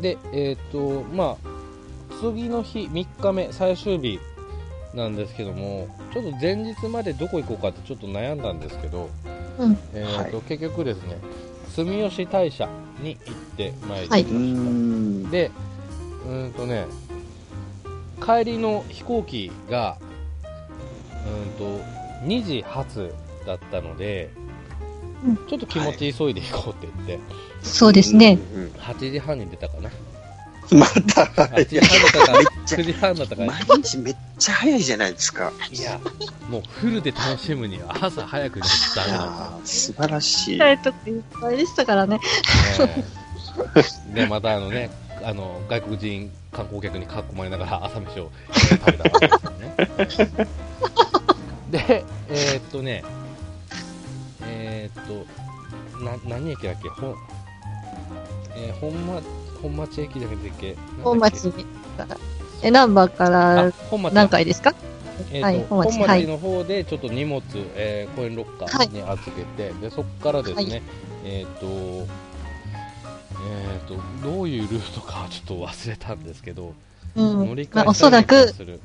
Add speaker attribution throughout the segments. Speaker 1: でえっ、とまあ次の日3日目最終日なんですけどもちょっと前日までどこ行こうかってちょっと悩んだんですけど、
Speaker 2: うん
Speaker 1: えーと
Speaker 3: は
Speaker 1: 結局ですね住吉大社に行ってまいりま
Speaker 2: は
Speaker 1: し
Speaker 2: い
Speaker 1: た、
Speaker 3: うーん。
Speaker 1: でうーんとね帰りの飛行機がうーんと2時発だったので、
Speaker 2: うん
Speaker 1: ちょっと気持ち急いで行こうって言って、
Speaker 2: そうですね。
Speaker 3: うんうん。
Speaker 1: 8時半に出たかな
Speaker 3: また、
Speaker 1: 8時半だったか
Speaker 3: ちゃ
Speaker 1: 9時半だったか
Speaker 3: 毎
Speaker 1: ら
Speaker 3: 日めっちゃ早いじゃないですか。
Speaker 1: いやもうフルで楽しむには朝早くにダ
Speaker 3: い
Speaker 1: メ
Speaker 3: や
Speaker 1: なんだ
Speaker 3: ー素晴らしい。
Speaker 2: とかいっぱいでしたからね。
Speaker 1: ねえで、またあのね、あの、外国人観光客に囲まれながら朝飯をえー食べたわけですよね。 で、えーっとね、えーっと、な、何駅だっけ本、えー本町、本町駅だっけ
Speaker 2: 本町
Speaker 1: なんだっ
Speaker 2: に。え、ナンバーか
Speaker 1: けあ
Speaker 2: ら
Speaker 1: 本町だ
Speaker 2: 何回ですか
Speaker 1: えーと
Speaker 2: はい
Speaker 1: 本
Speaker 2: 本
Speaker 1: 町
Speaker 2: 町はい
Speaker 1: の方でちょっと荷物、えーコインロッカーに預けて、でそこからですね、
Speaker 2: は
Speaker 1: えっ、と,、えー、とどういうルートかはちょっと忘れたんですけど、
Speaker 2: うん
Speaker 1: 乗り。
Speaker 2: ま
Speaker 1: 換
Speaker 2: あ、
Speaker 1: え
Speaker 2: おそら
Speaker 1: たり
Speaker 2: く
Speaker 1: とか、する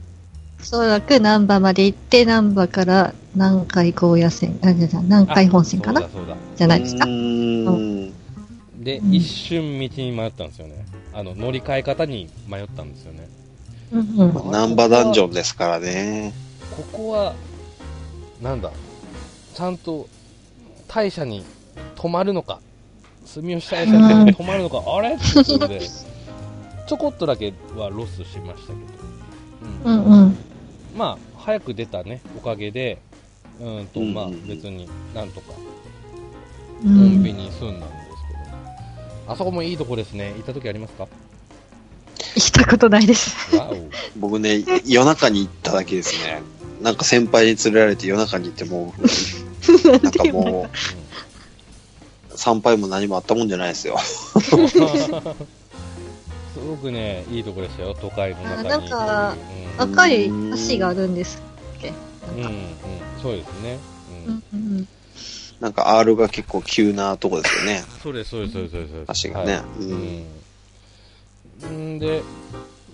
Speaker 2: おそらくナンバーまで行って、ナンバーから南海高野線、あ、じゃじゃ南海本線かな
Speaker 1: あそうだそうだ
Speaker 2: じゃないですか
Speaker 3: う。ーん。
Speaker 1: で、
Speaker 2: うん
Speaker 1: 一瞬道に迷ったんですよねあの乗り換え方に迷ったんですよね
Speaker 2: うんうん。
Speaker 3: ナンバーダンジョンですからね。
Speaker 1: ここはなんだちゃんと大社に泊まるのか住吉大社に泊まるのかあれっていうことでちょこっとだけはロスしましたけど、うん
Speaker 2: うんうん。
Speaker 1: まあ早く出たねおかげでうんとまあ
Speaker 3: うんうんうん
Speaker 1: 別になんとか
Speaker 2: う
Speaker 1: コン
Speaker 2: ん
Speaker 1: ビ。ニに住んだんですけど、あそこもいいとこですね行った時あります か
Speaker 2: したことないです。
Speaker 1: わお
Speaker 3: 僕ね、夜中に行っただけですね。なんか先輩に連れられて夜中に行ってもう、なんかもう、参拝も何もあったもんじゃないですよ。
Speaker 1: すごくねいいとこでしたよ都会の中に
Speaker 2: あなんか
Speaker 1: うん
Speaker 2: 赤い橋があるんですっけ
Speaker 1: うん
Speaker 2: な
Speaker 1: うん
Speaker 2: か。
Speaker 1: ん、そうですね、う
Speaker 2: うんんうん
Speaker 3: なんか R が結構急なとこですよね。
Speaker 1: そうですそうですそうですそうです
Speaker 3: 足がね
Speaker 1: はい。
Speaker 3: うん。
Speaker 1: うんんで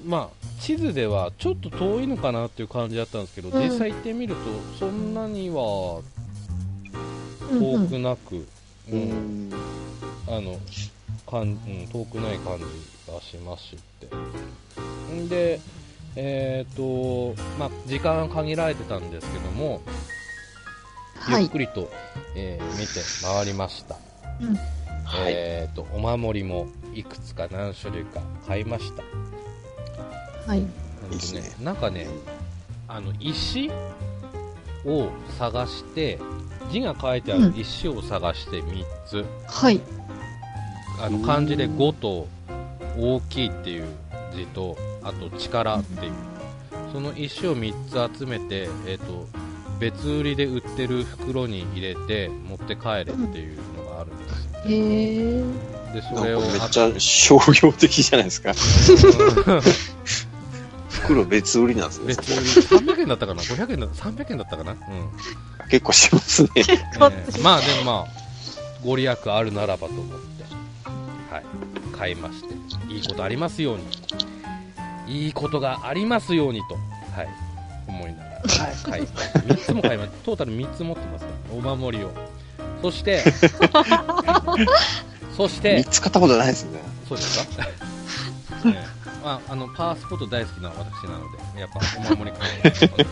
Speaker 1: まあ地図ではちょっと遠いのかなっていう感じだったんですけど、
Speaker 2: うん
Speaker 1: 実際行ってみるとそんなには
Speaker 2: うんう
Speaker 1: 遠
Speaker 2: ん。
Speaker 1: くなく、う
Speaker 3: うんん
Speaker 1: あのかん、うん、遠くない感じがしますってんでえっ、とまあ時間限られてたんですけども、
Speaker 2: は
Speaker 1: ゆっ
Speaker 2: い。
Speaker 1: くりと、えー見て回りました、
Speaker 2: うん
Speaker 3: はい。
Speaker 1: えっ、とお守りもいくつか何種類か買いました
Speaker 2: はい。
Speaker 1: うん
Speaker 3: い
Speaker 1: と
Speaker 3: いっすね
Speaker 1: なんかねあの石を探して字が書いてある石を探して3つ、
Speaker 2: はい。
Speaker 1: あ
Speaker 3: う
Speaker 1: の
Speaker 3: ん
Speaker 1: 漢字で「5」と「大きい」っていう字とあと「力」っていうその石を3つ集めて、えー、と別売りで売ってる袋に入れて持って帰れっていうのがあるんですよ
Speaker 2: へえ。
Speaker 1: で
Speaker 3: な
Speaker 1: それ
Speaker 3: ん
Speaker 1: を
Speaker 3: かめっちゃ商業的じゃないですか。
Speaker 1: うん
Speaker 3: 袋別売りなんですね。
Speaker 1: 別売り300円だったかな500円だ300円だったかな、うん
Speaker 3: 結構しますね。
Speaker 2: こっ
Speaker 1: え
Speaker 2: ち
Speaker 1: ーまあでもまあご利益あるならばと思って、はい、買いましていいことありますようにいいことがありますようにと、はい、思いながら、はい、3つも買いましたトータル3つ持ってますからお守りをそしてそして
Speaker 3: 見つかったことないですね。
Speaker 1: そうですか、ねまあ、あのパワースポット大好きな私なのでやっぱお守りかなと思ってはい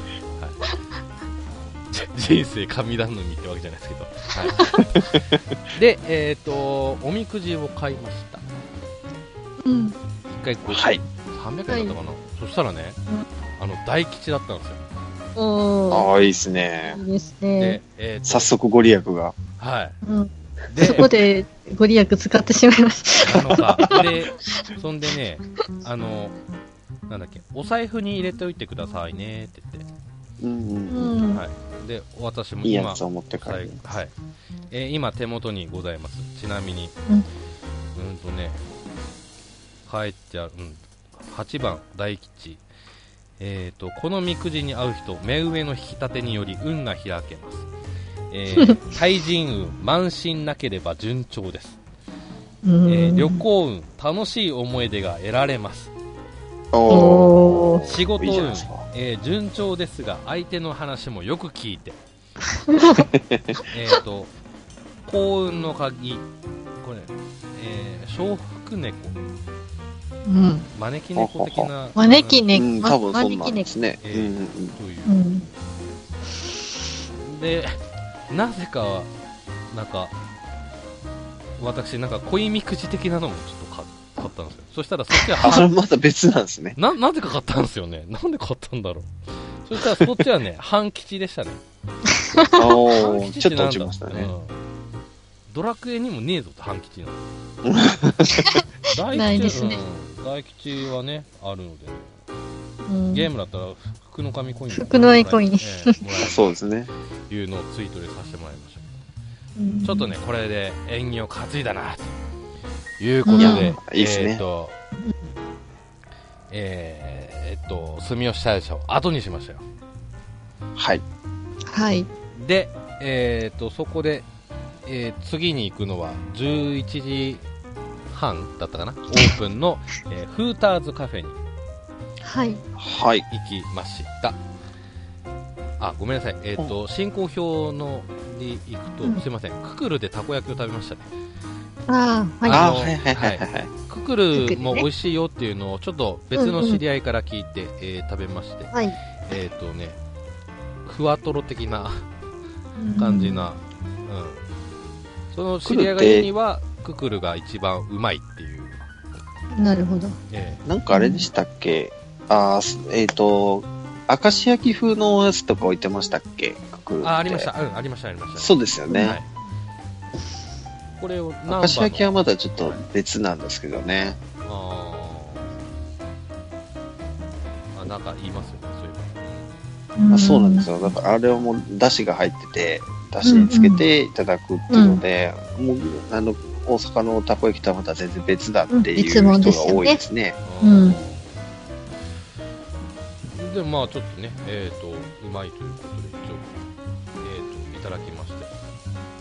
Speaker 1: じ人生神頼みってわけじゃないですけど、はい、でえっ、とおみくじを買いました
Speaker 2: うん。
Speaker 1: 1回5
Speaker 3: はい
Speaker 1: 300円だったかな、そしたらね、あの大吉だったんですよ
Speaker 2: お
Speaker 3: ああ、いいですね
Speaker 2: ー。。いいです
Speaker 1: で
Speaker 2: ね。
Speaker 1: えー
Speaker 3: 早速ご利益が。
Speaker 1: とはい
Speaker 2: うん。
Speaker 1: で
Speaker 2: そこでご利益使ってしまいまし
Speaker 1: なのか。で、そんでね、あの、なんだっけ、お財布に入れておいてくださいねって言って、
Speaker 3: うんう
Speaker 2: た。
Speaker 3: んうん。
Speaker 2: うん。
Speaker 1: はい。で、私も
Speaker 3: いい
Speaker 1: 今、
Speaker 3: やつを持って帰
Speaker 1: はい
Speaker 3: る。、
Speaker 1: はいえー今手元にございます。ちなみに、う
Speaker 2: うんん、
Speaker 1: とね、書いてある、うん、8番、大吉。えー、とこのみくじに合う人、目上の引き立てにより運が開けます、 えー、対人運、満身なければ順調です、
Speaker 2: うん
Speaker 1: えー旅行運、楽しい思い出が得られます。
Speaker 2: おー
Speaker 1: 仕事
Speaker 3: いいじゃな
Speaker 1: 運
Speaker 3: いですか、
Speaker 1: えー順調ですが、相手の話もよく聞いて。えっと、幸運の鍵、これ、えー、小福猫、
Speaker 2: うん。
Speaker 1: 招き猫的な。
Speaker 2: 招き
Speaker 3: う
Speaker 2: 猫、
Speaker 3: ん、
Speaker 2: ま
Speaker 3: 多分そんな
Speaker 2: 招
Speaker 3: ん
Speaker 2: き
Speaker 3: で
Speaker 2: 猫。
Speaker 3: すね。
Speaker 1: え
Speaker 3: う
Speaker 1: ー
Speaker 3: んうんうん。
Speaker 1: という
Speaker 2: う。ん。
Speaker 1: で、なぜか、なんか、私、なんか、恋みくじ的なのもちょっと買買ったんですよ。そしたら、そっちは
Speaker 3: あ、そ
Speaker 1: は
Speaker 3: れまた別なん ですね。
Speaker 1: な、なぜか買ったんですよね。なんで買ったんだろう。そしたら、そっちはね、半吉でしたね。
Speaker 3: お
Speaker 1: 半
Speaker 3: ー
Speaker 1: 吉
Speaker 3: ちょ
Speaker 1: て
Speaker 3: っ
Speaker 1: なんだ
Speaker 3: と落ちましたね。
Speaker 1: うんドラクエにもねえぞって半吉なの。大 吉
Speaker 2: ないですね
Speaker 1: うん大吉はね、あるのでね、
Speaker 2: うん
Speaker 1: ゲームだったら、福の神コイン。
Speaker 2: 福の神コイン
Speaker 1: ええもらえる
Speaker 3: そうですね。
Speaker 1: っていうのをツイートでさせてもらいました。
Speaker 2: うん
Speaker 1: ちょっとね、これで縁起を担いだな、ということで、
Speaker 2: うんいや
Speaker 3: いいっすね
Speaker 1: えーっと、えーえっと、住吉大社を後にしましたよ。
Speaker 3: はい。
Speaker 2: はい。
Speaker 1: で、えーっと、そこで、えー次に行くのは、11時半だったかなオープンの、えーフーターズカフェに
Speaker 2: はい。
Speaker 3: はい。
Speaker 1: 行きました。あ、ごめんなさい。えーっと、進行表の、に行くと、
Speaker 2: うん
Speaker 1: すいません。ククルでたこ焼きを食べましたね。
Speaker 2: ああ、は
Speaker 1: あ
Speaker 3: あ、
Speaker 1: の
Speaker 3: はいはいはいはいはい。
Speaker 1: ククルも美味しいよっていうのをちょっと別の知り合いから聞いて、えー食べまして
Speaker 2: い。、はい。
Speaker 1: えっ、とね、ふわとろ的な感じな、うんその知り合いが言うには、ククルが一番うまいっていう、
Speaker 2: うん。なるほど。
Speaker 1: え
Speaker 3: なんかあれでしたっけあーすえっ、と、明石焼き風のやつとか置いてましたっけくくるっ
Speaker 1: ー
Speaker 3: て
Speaker 1: あ、ありました、うん、ありました、ありました。
Speaker 3: そうですよね。
Speaker 1: はい、これを
Speaker 3: 明
Speaker 1: 何
Speaker 3: 石焼きは
Speaker 1: 番の
Speaker 3: まだちょっと別なんですけどね。
Speaker 1: あーあ、なんか言いますよね、そういえば。
Speaker 3: あそうなんです
Speaker 2: よ。
Speaker 3: よ。だからあれはもう、だしが入ってて、だしにつけていただくっていうので、もう、あの、大阪のたこ焼きとはまた全然別だっていう人
Speaker 2: うん別
Speaker 3: が
Speaker 2: 物ですよね
Speaker 3: 多いですね。
Speaker 2: うん
Speaker 1: でまあちょっとねえっ、とうまいということで一応えっ、といただきまして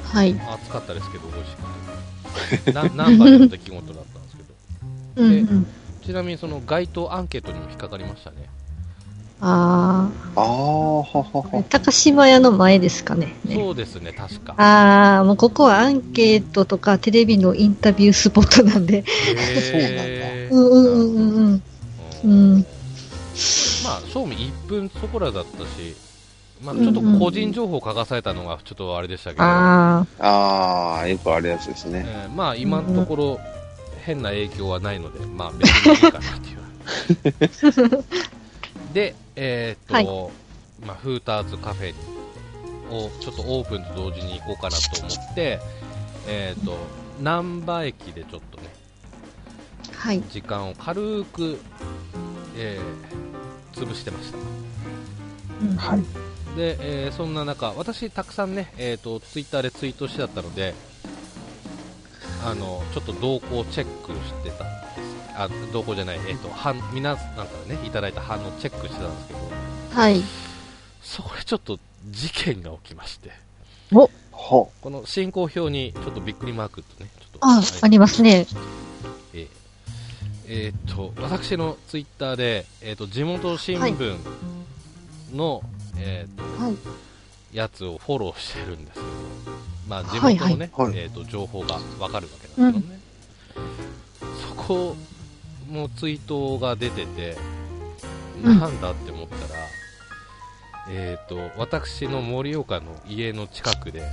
Speaker 2: はい。
Speaker 1: 暑かったですけど美味しくてな何番の出来事だったんですけど
Speaker 2: うんうん。
Speaker 1: ちなみにその街頭アンケートにも引っかかりましたね
Speaker 2: あ
Speaker 3: ああ、はは
Speaker 2: あ
Speaker 3: は。。
Speaker 2: 高島屋の前ですかね。ね
Speaker 1: そうですね確か
Speaker 2: ああ、もうここはアンケートとかテレビのインタビュースポットなん で。
Speaker 1: へー
Speaker 2: うんうんうん
Speaker 1: う
Speaker 2: うんう
Speaker 1: ん
Speaker 2: ん。うん。
Speaker 1: まあ賞味1分そこらだったしまあちょっと個人情報を書かされたのがちょっとあれでしたけど、
Speaker 2: あ
Speaker 3: ああ、よくあるやつですね。
Speaker 1: えーまあ今のところ変な影響はないので、まあ別にいいかなっていう。で、えーっと、まあフーターズカフェをちょっとオープンと同時に行こうかなと思って、えーっと、難波駅でちょっとね、
Speaker 2: あ、はい。
Speaker 1: 時間を軽く、えー潰してました。
Speaker 2: うん
Speaker 3: はい。
Speaker 1: で、えーそんな中、私、たくさんね、えー、とツイッターでツイートしてあったので、あのちょっと動向をチェックしてたんです、あ動向じゃない、えーと反皆さんからね、いただいた反応をチェックしてたんですけど、
Speaker 2: はい。
Speaker 1: そこでちょっと事件が起きまして、
Speaker 3: ほ
Speaker 1: この進行表にちょっとびっくりマークとね、ちょっと、
Speaker 2: あ
Speaker 1: はい
Speaker 2: ありますね。
Speaker 1: えーえーと私のツイッターで、えー、と地元新聞の、えーと
Speaker 2: はい。
Speaker 1: やつをフォローしてるんですけど、まあ、地
Speaker 2: はい
Speaker 1: 元のね、
Speaker 3: はいはい
Speaker 1: えー、と情報がわかるわけなんですけどね、そこもツイートが出てて、
Speaker 2: うん
Speaker 1: なんだって思ったら、えー、と私の盛岡の家の近くで、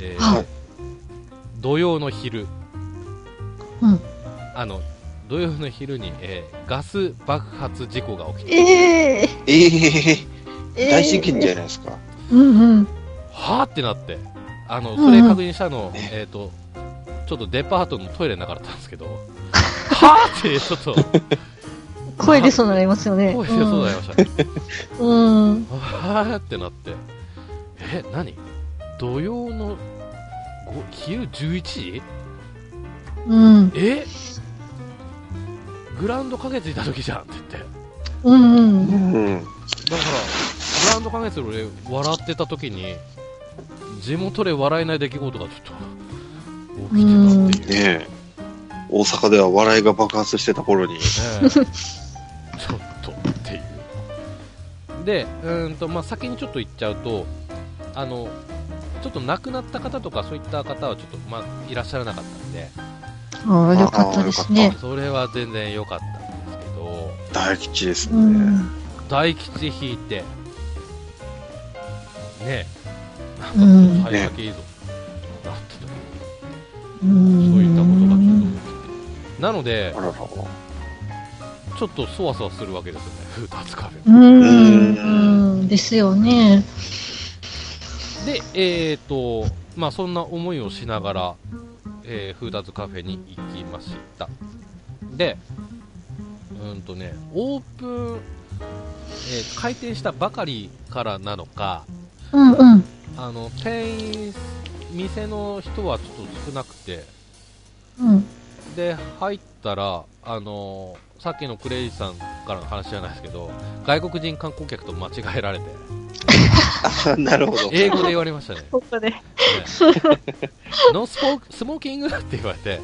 Speaker 1: えー
Speaker 2: はい
Speaker 1: 土曜の昼
Speaker 2: うん。
Speaker 1: あの土曜の昼に、えーガス爆発事故が起きて、
Speaker 2: ええ
Speaker 3: ええ
Speaker 2: ええ
Speaker 3: 大事件じゃないですか。
Speaker 2: うんうん。
Speaker 1: はーってなって、あの
Speaker 2: うんう
Speaker 1: そ
Speaker 2: ん
Speaker 1: れ確認したの、
Speaker 3: ね
Speaker 1: えっ、と、ちょっとデパートのトイレの中だったんですけど、 はーってちょっと
Speaker 2: 声出そうになりますよね。
Speaker 1: 声出そうになりましたね、
Speaker 2: うん。うん。
Speaker 1: はーってなって、え、何土曜のご昼11時
Speaker 2: うん。
Speaker 1: えグラウンド花月いた時じゃんって言って、だか
Speaker 2: うんうん。
Speaker 3: うん。
Speaker 1: ら、グラウンド花月で俺、笑ってた時に、地元で笑えない出来事がちょっと起きてたっていう。
Speaker 3: ねえ。大阪では笑いが爆発してた頃に、
Speaker 1: うん ちょっとっていう。で、うーんと、まあ、先にちょっと言っちゃうと、あの、ちょっと亡くなった方とかそういった方はちょっと、まあ、いらっしゃらなかったんで、
Speaker 2: ああ、よかったですね。
Speaker 1: それは全然良かったんですけど、
Speaker 3: 大吉ですね。
Speaker 2: うん。
Speaker 1: 大吉引いて、ね
Speaker 2: う
Speaker 1: え、
Speaker 2: ん。
Speaker 1: 最先いいぞ、なってた
Speaker 2: う
Speaker 1: そういったことがちょっ
Speaker 2: ん。
Speaker 1: と起きて。なので
Speaker 3: あ、らら。
Speaker 1: ちょっとそわそわするわけですよね、ふうたつ壁
Speaker 2: うーん。ですよね。
Speaker 1: で、えっ、と、まあ、そんな思いをしながら、えー、フーダーズカフェに行きました。で、うーんとね、オープン、えー開店したばかりからなのか、
Speaker 2: うんうん。
Speaker 1: あの、店員、店の人はちょっと少なくて、
Speaker 2: うん。
Speaker 1: で、入ったら、あのーさっきのクレイジーさんからの話じゃないですけど、外国人観光客と間違えられて、
Speaker 3: あ なるほど。
Speaker 1: 英語で言われましたね。
Speaker 2: ここで。
Speaker 1: ね ノースポークスモーキングって言われ て、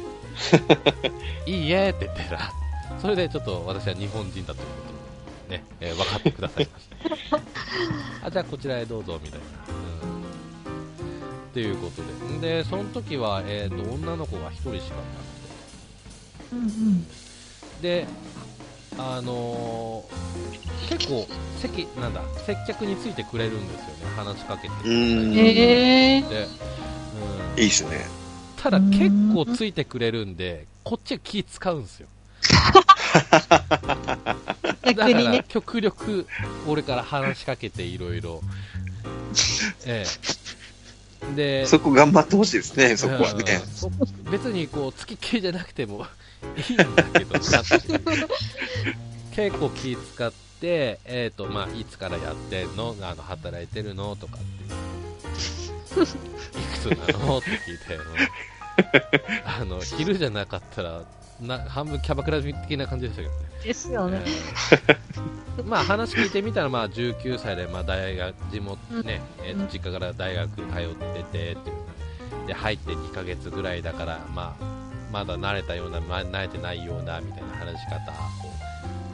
Speaker 1: いいえって言ってたら、それでちょっと私は日本人だということをね、えー分かってくださいました。 あじゃあこちらへどうぞみたいな。うんっていうことで。で、その時は、えーと女の子が1人しかいな
Speaker 2: うんうん。
Speaker 1: くて。で、あのー結構、席、なんだ、接客についてくれるんですよね。話しかけてくれたり
Speaker 3: うん
Speaker 2: ええ
Speaker 1: して。うん
Speaker 3: いいっすね。
Speaker 1: ただ結構ついてくれるんで、こっちは気使うんですよ。だか
Speaker 2: 逆に
Speaker 1: ら
Speaker 2: ね。
Speaker 1: 極力俺から話しかけていろいろ。ええ。 で、
Speaker 3: そこ頑張ってほしいですね、そこはね
Speaker 1: うん。そ別にこう、月系じゃなくても いいんだけど なっていう結構気使って、えっ、と、まあ、いつからやってんのあの、働いてるのとかって。いくつなのって聞い て、あの、あの昼じゃなかったら、な半分キャバクラ的な感じでしたけどね。
Speaker 2: ですよね。
Speaker 1: え ーまあ話聞いてみたらまあ19歳でまあ大学地元ね、
Speaker 2: ん
Speaker 1: えーと実家から大学通っててっていうで入って2ヶ月ぐらいだからまあまだ慣れたような、まあ、慣れてないようなみたいな話し方こ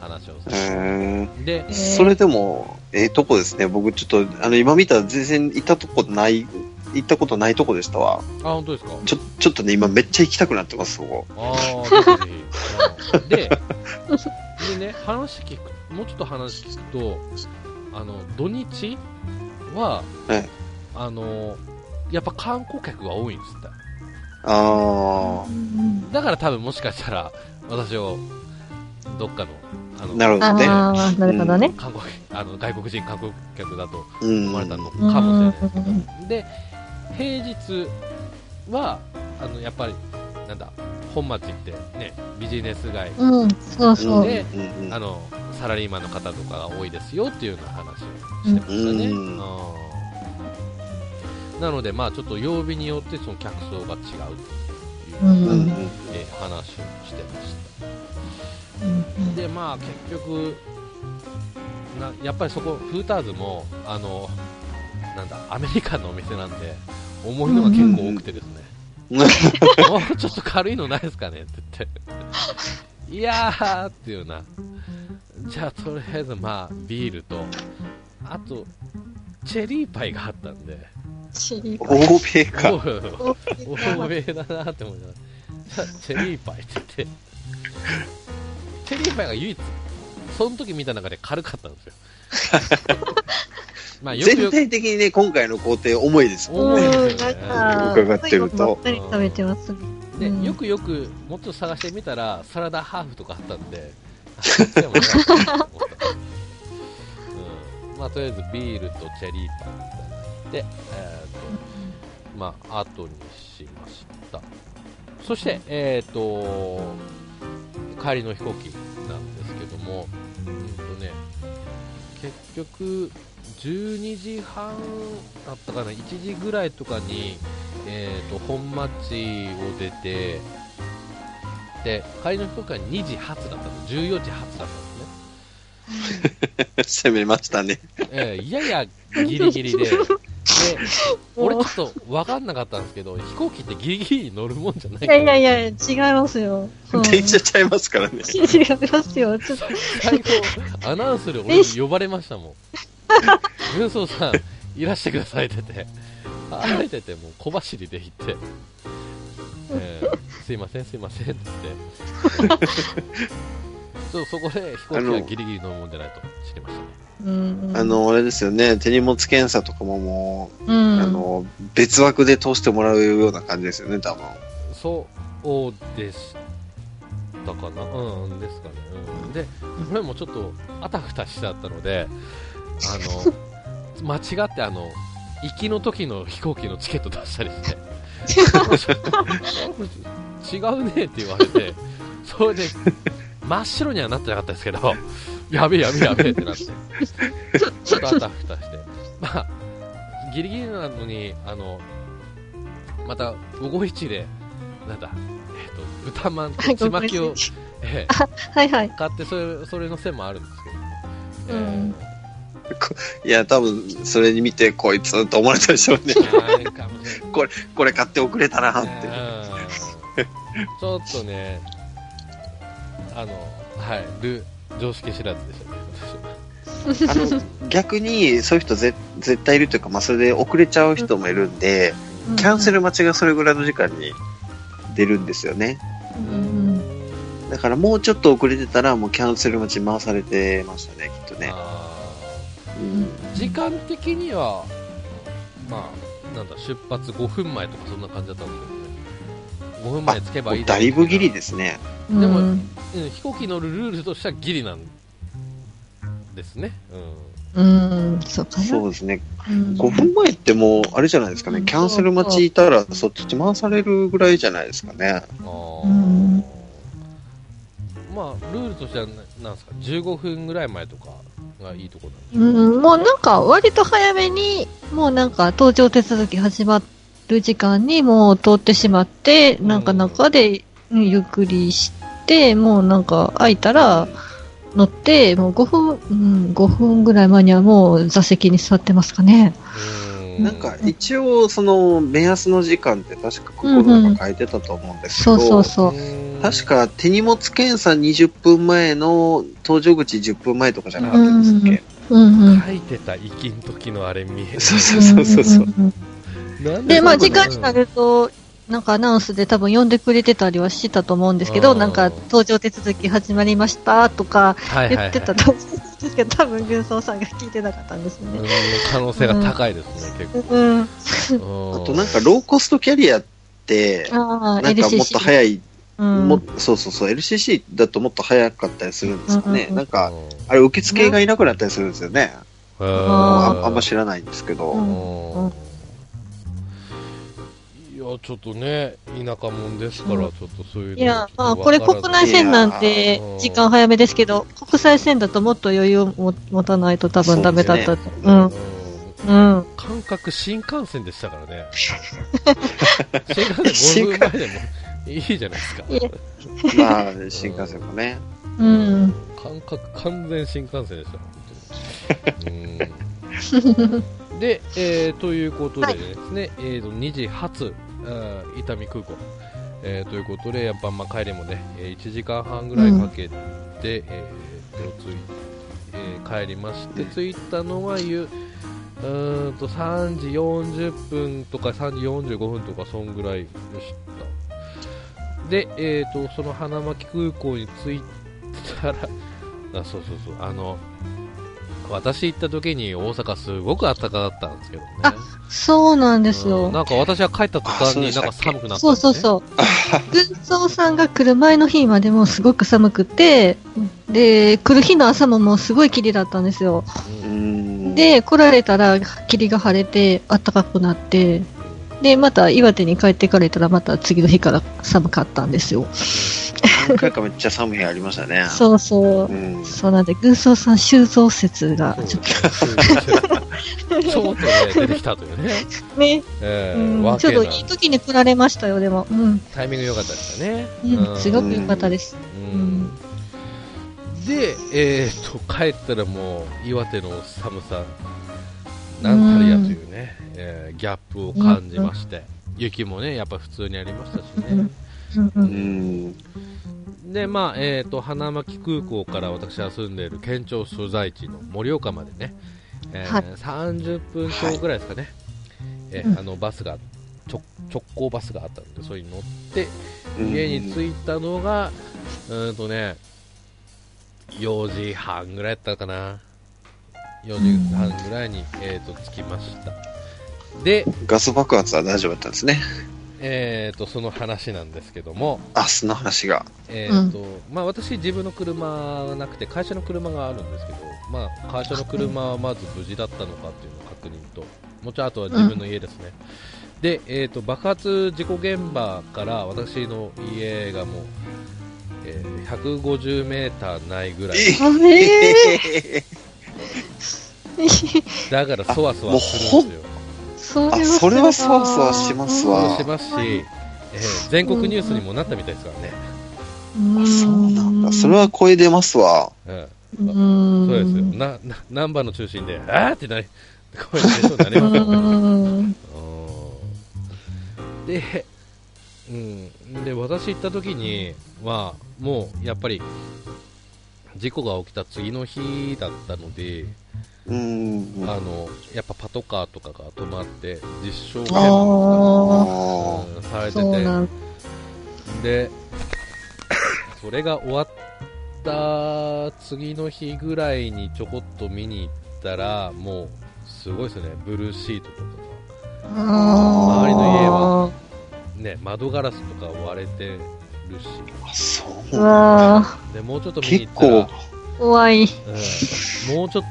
Speaker 1: う話をさ
Speaker 3: う
Speaker 1: れ
Speaker 3: ん。
Speaker 1: てで
Speaker 2: えー
Speaker 3: それでも、ええとこですね。僕ちょっと、あの、今見たら全然行ったとこない、行ったことないとこでしたわ。
Speaker 1: あ本当ですか
Speaker 3: ちょ、ちょっとね、今めっちゃ行きたくなってます、そこ。
Speaker 1: ああぜひぜ ひででね話聞くもうちょっと話聞くとあの土日は、
Speaker 3: はい
Speaker 1: あのやっぱ観光客が多いんですって
Speaker 3: あ
Speaker 2: うん
Speaker 1: だから多分もしかしたら私をどっかのあの
Speaker 3: あ、なるほどね。
Speaker 2: ああ、なるほどね。
Speaker 1: 韓国あの外国人観光客だと
Speaker 3: う
Speaker 1: 思われ
Speaker 3: ん
Speaker 1: た。のか
Speaker 2: うん
Speaker 1: もしれないです
Speaker 2: うん
Speaker 1: で平日はあのやっぱりなんだ本町ってねビジネス街、
Speaker 2: うん、そうそう。
Speaker 1: で
Speaker 3: うんうん
Speaker 1: あのサラリーマンの方とかが多いですよっていうような話をしてましたね、
Speaker 3: うん
Speaker 1: うんなのでまあちょっと曜日によってその客層が違うっていう、
Speaker 2: うん
Speaker 3: うんうん
Speaker 1: えー話をしてました
Speaker 2: うんうん
Speaker 1: でまあ結局なやっぱりそこフーターズもあのなんだアメリカンのお店なんで重いのが結構多くてですね、 もうちょっと軽いのないですかねって言ってい やーっていうようなじゃあとりあえずまあビールとあとチェリーパイがあったんで
Speaker 2: チリコ
Speaker 3: 欧 米か。
Speaker 1: おおめえだなって思いながらじゃあチェリーパイって言ってチェリーパイが唯一その時見た中で軽かったんですよまあよく
Speaker 3: 全
Speaker 1: よく
Speaker 3: 体的にね、今回の工程重いですもん
Speaker 1: 多いですよね
Speaker 2: うん、なんか、
Speaker 3: 伺ってると
Speaker 2: 最後ばっかり食べてますね。
Speaker 1: で
Speaker 2: うん
Speaker 1: よくよくもうちょっと探してみたらサラダハーフとかあったんで あそっちでもなかったなと思ったうんまあとりあえずビールとチェリーパイみたいなで、えーとまあ、後にしました。そして、えっ、と、帰りの飛行機なんですけども、うんとね、結局、12時半だったかな、1時ぐらいとかに、えっ、と、本町を出て、で、帰りの飛行機は2時発だったの、14時発だったんですね。
Speaker 3: 攻めましたね。
Speaker 1: えーややギリギリで、俺ちょっと分かんなかったんですけど、飛行機ってギリギリ乗るもんじゃない
Speaker 2: い
Speaker 1: か
Speaker 2: や
Speaker 1: ら
Speaker 2: いやいや、違いますよ。そう
Speaker 3: 電車ちゃいますからね。
Speaker 2: 違いますよ。ちょっと、
Speaker 1: 最後、アナウンスで俺呼ばれましたもん。文宗さん、いらしてくださいって言って、歩いてて、もう小走りで行って、えーすいません、すいませんって言 って、そうそこで飛行機はギリギリ乗るもんじゃないと知りましたね。
Speaker 2: うんうん
Speaker 3: あ、の、あれですよね、手荷物検査とかもも
Speaker 2: う
Speaker 3: う、
Speaker 2: ん、
Speaker 3: あの、別枠で通してもらうような感じですよね、多分。
Speaker 1: そうでしたかな、うん、ですかね、うん、で、これもちょっとあたふたしてあったので、あの 間違ってあの行きの時の飛行機のチケット出したりして、違うねって言われて、それで真っ白にはなってなかったですけど、やべえやべえやべえってなって、ちょっとあたふたして、まあ、ギリギリなのに、あのまた551で、なんだ、えっ、と、豚まんとちまきを、え
Speaker 2: はいはい
Speaker 1: え。買ってそれ、それのせいもあるんですけど、え
Speaker 2: うん
Speaker 3: いや、多分、それに見て、こいつと思われたでしょうね。
Speaker 1: えないかもしれない。
Speaker 3: これ買って遅れたなって。
Speaker 1: うんちょっとね、あの、はい、ル常識知らずでしたね、
Speaker 3: あの逆にそういう人ぜ絶対いるというか、まあ、それで遅れちゃう人もいるんで、
Speaker 2: うん
Speaker 3: キャンセル待ちがそれぐらいの時間に出るんですよね
Speaker 2: うん
Speaker 3: だからもうちょっと遅れてたらもうキャンセル待ち回されてましたねきっとね、
Speaker 1: あ
Speaker 3: うん、
Speaker 1: ー時間的には、まあ、なんだ、出発5分前とかそんな感じだったんですけどね。5分前つけばいい
Speaker 3: もうだいぶギリ
Speaker 1: で
Speaker 3: ですね
Speaker 2: うん
Speaker 1: でも
Speaker 2: うん
Speaker 1: うん、飛行機乗るルールとしてはギリなんですね、う
Speaker 2: うん、そうかな。
Speaker 3: そうですね
Speaker 2: うん
Speaker 3: 5分前ってもうあれじゃないですかねキャンセル待ちいたらそっち回されるぐらいじゃないですかね
Speaker 1: ん、あー
Speaker 2: うん
Speaker 1: まあルールとしてはななんですか15分ぐらい前とかがいいところなんで
Speaker 2: うん、もうなんか割と早めに、もうなんか登場手続き始まる時間にもう通ってしまって、
Speaker 1: ん
Speaker 2: なんか中で、うんゆっくりして、もうなんか空いたら乗って、もう5分、うん、5分ぐらい前にはもう座席に座ってますかね。
Speaker 1: すよう
Speaker 3: なんか一応その目安の時間って確か心が書いてたと思うんですけ
Speaker 2: そ
Speaker 3: ど、
Speaker 2: うそうそう。
Speaker 3: 確か手荷物検査20分前の搭乗口10分前とかじゃなかったんですっけ、
Speaker 2: うんうん。
Speaker 1: 書いてた行きん時のあれ見え
Speaker 3: そうそうそうそうそう。
Speaker 2: んんん
Speaker 1: なん
Speaker 2: で、まあ
Speaker 1: そ
Speaker 2: 時
Speaker 1: んな
Speaker 2: 間
Speaker 1: の
Speaker 2: になると、なんかアナウンスで多分呼んでくれてたりはしたと思うんですけど、
Speaker 1: うん
Speaker 2: なんか登場手続き始まりましたとか、
Speaker 1: はいはいは
Speaker 2: 言
Speaker 1: い
Speaker 2: ってたと思うんですけど、多分軍曹さんが聞いてなかったんですよ
Speaker 1: うん
Speaker 2: ね。
Speaker 1: 可能性が高いですね、
Speaker 2: うん。あ
Speaker 1: 結構
Speaker 3: あとなんかローコストキャリアって、
Speaker 2: あー、
Speaker 3: なんかもっと早い、
Speaker 2: うん
Speaker 3: もそうそうそう、LCC だともっと早かったりするんですか
Speaker 2: うんうん
Speaker 3: ね。
Speaker 2: うん
Speaker 3: なんか、あれ受付がいなくなったりするんですよね。
Speaker 2: あ
Speaker 3: あんあんま知らないんですけど。
Speaker 2: うん
Speaker 1: うんいや、ちょっとね、田舎もんですから、ちょっとそういうの
Speaker 2: いや、
Speaker 1: ち
Speaker 2: まあ、
Speaker 1: ょっ
Speaker 2: こと
Speaker 1: わ
Speaker 2: れ
Speaker 1: から
Speaker 2: 国内線なん
Speaker 1: い
Speaker 2: で
Speaker 1: やー、
Speaker 2: 時間早めですけど、国際線だともっと余裕をも持たないと多分ダメだったと。う
Speaker 3: そ
Speaker 1: うん
Speaker 2: ん。うん。
Speaker 1: 感覚、新幹線でしたから ね。新幹線5分前でもいいじゃないですか。
Speaker 2: いや
Speaker 3: まあ、新幹線もね。
Speaker 2: うん。
Speaker 1: 感覚、完全新幹線でした、本当に。うんで、えーということでですね、えーと2時発、うん伊丹空港、えーということで、やっぱまあ帰りもね、えー1時間半ぐらいかけて、えーとついえー帰りまして、着いたのはゆうーんと3時40分とか3時45分とか、そんぐらいでした。で、えーとその花巻空港に着いたら、あそうそうそう、あの、私行った時に大阪すごく暖かかったんですけどね。
Speaker 2: あそうなんです
Speaker 1: うん
Speaker 2: よ。
Speaker 1: なんか私は帰った途
Speaker 3: あ
Speaker 1: 端
Speaker 3: そうで
Speaker 1: に
Speaker 3: し
Speaker 1: な
Speaker 3: た
Speaker 1: ん
Speaker 3: っ
Speaker 1: か
Speaker 3: け
Speaker 1: 寒くなったんですね、
Speaker 2: そうそ うそう。軍曹さんが来る前の日までもすごく寒くて、で、来る日の朝ももうすごい霧だったんですよ。
Speaker 1: うん
Speaker 3: うーん、
Speaker 2: で、来られたら霧が晴れて、暖かくなって、で、また岩手に帰ってかれたら、また次の日から寒かったんですよ。
Speaker 3: 何回かめっちゃ寒い日ありましたね。
Speaker 2: そうそうう。
Speaker 3: ん。
Speaker 2: そうなんで、軍曹さん収蔵説が、 ちょっ
Speaker 1: そうですね。出てきたというね。
Speaker 2: とね、
Speaker 1: え
Speaker 2: う
Speaker 1: ー
Speaker 2: ん
Speaker 1: わけ
Speaker 2: ちょっと
Speaker 1: ない
Speaker 2: い時に来られましたよ、でも。うん。
Speaker 1: タイミング良かったですよね。
Speaker 2: うん、すご
Speaker 1: く。
Speaker 2: く良かったです。
Speaker 1: うんで、えー、と帰ったらもう岩手の寒さ、なんたりやというね、ね、えーギャップを感じまして、雪もね、やっぱ普通にありましたしね。
Speaker 2: うんう
Speaker 3: うんん。
Speaker 1: で、まあ、えっ、と、花巻空港から私は住んでいる県庁所在地の盛岡までね、えー
Speaker 2: はい
Speaker 1: 30分超ぐらいですかね、えー
Speaker 2: うん
Speaker 1: あの、バスが、直直行バスがあったので、それに乗って、
Speaker 3: うん
Speaker 1: 家に着いたのが、うーんとね、4時半ぐらいだったかな。4時半ぐらいに、えー、と着きました。で、
Speaker 3: ガス爆発は大丈夫だったんですね。
Speaker 1: えー、とその話なんですけども、
Speaker 3: あ、その話が。
Speaker 1: えーとまあ、私、自分の車がなくて会社の車があるんですけど、まあ、会社の車はまず無事だったのかっていうのを確認と、もちろんあとは自分の家ですね、でえー、と爆発事故現場から私の家がもう、えー、150メーターないぐらい、
Speaker 2: あねえ
Speaker 3: え
Speaker 1: だからそわそわするんですよ。
Speaker 2: そ
Speaker 3: あ、
Speaker 2: れは
Speaker 3: それはそわそわします
Speaker 1: そう
Speaker 3: わ
Speaker 1: して。ますし、えー全国ニュースにもなったみたいですからね。
Speaker 2: うん
Speaker 3: あ そうなんだ。それは声出ますわ。
Speaker 1: うん
Speaker 2: うん
Speaker 1: そうですよ。な、な、ナンバーの中心で、あーってなり、声出そうになり ますよね。
Speaker 2: うん
Speaker 1: うんで、うん。で、私行った時には、もう、やっぱり、事故が起きた次の日だったので、
Speaker 3: うん。
Speaker 1: あの、やっぱパトカーとかが止まって、実証検
Speaker 2: あ
Speaker 3: あ
Speaker 1: 問さ
Speaker 2: あ、
Speaker 1: れて
Speaker 2: そうなん
Speaker 1: て、で、それが終わった次の日ぐらいにちょこっと見に行ったら、もう、すごいですね、ブルーシートとかが
Speaker 2: あー
Speaker 1: 周りの家はね、窓ガラスとか割れてるし、
Speaker 3: あ、そう
Speaker 2: う
Speaker 3: なんだ。
Speaker 2: わー
Speaker 1: でもうちょっと見に行
Speaker 3: 結
Speaker 1: ったら
Speaker 3: 構、、
Speaker 2: 怖い。
Speaker 1: うん、もうちょっと、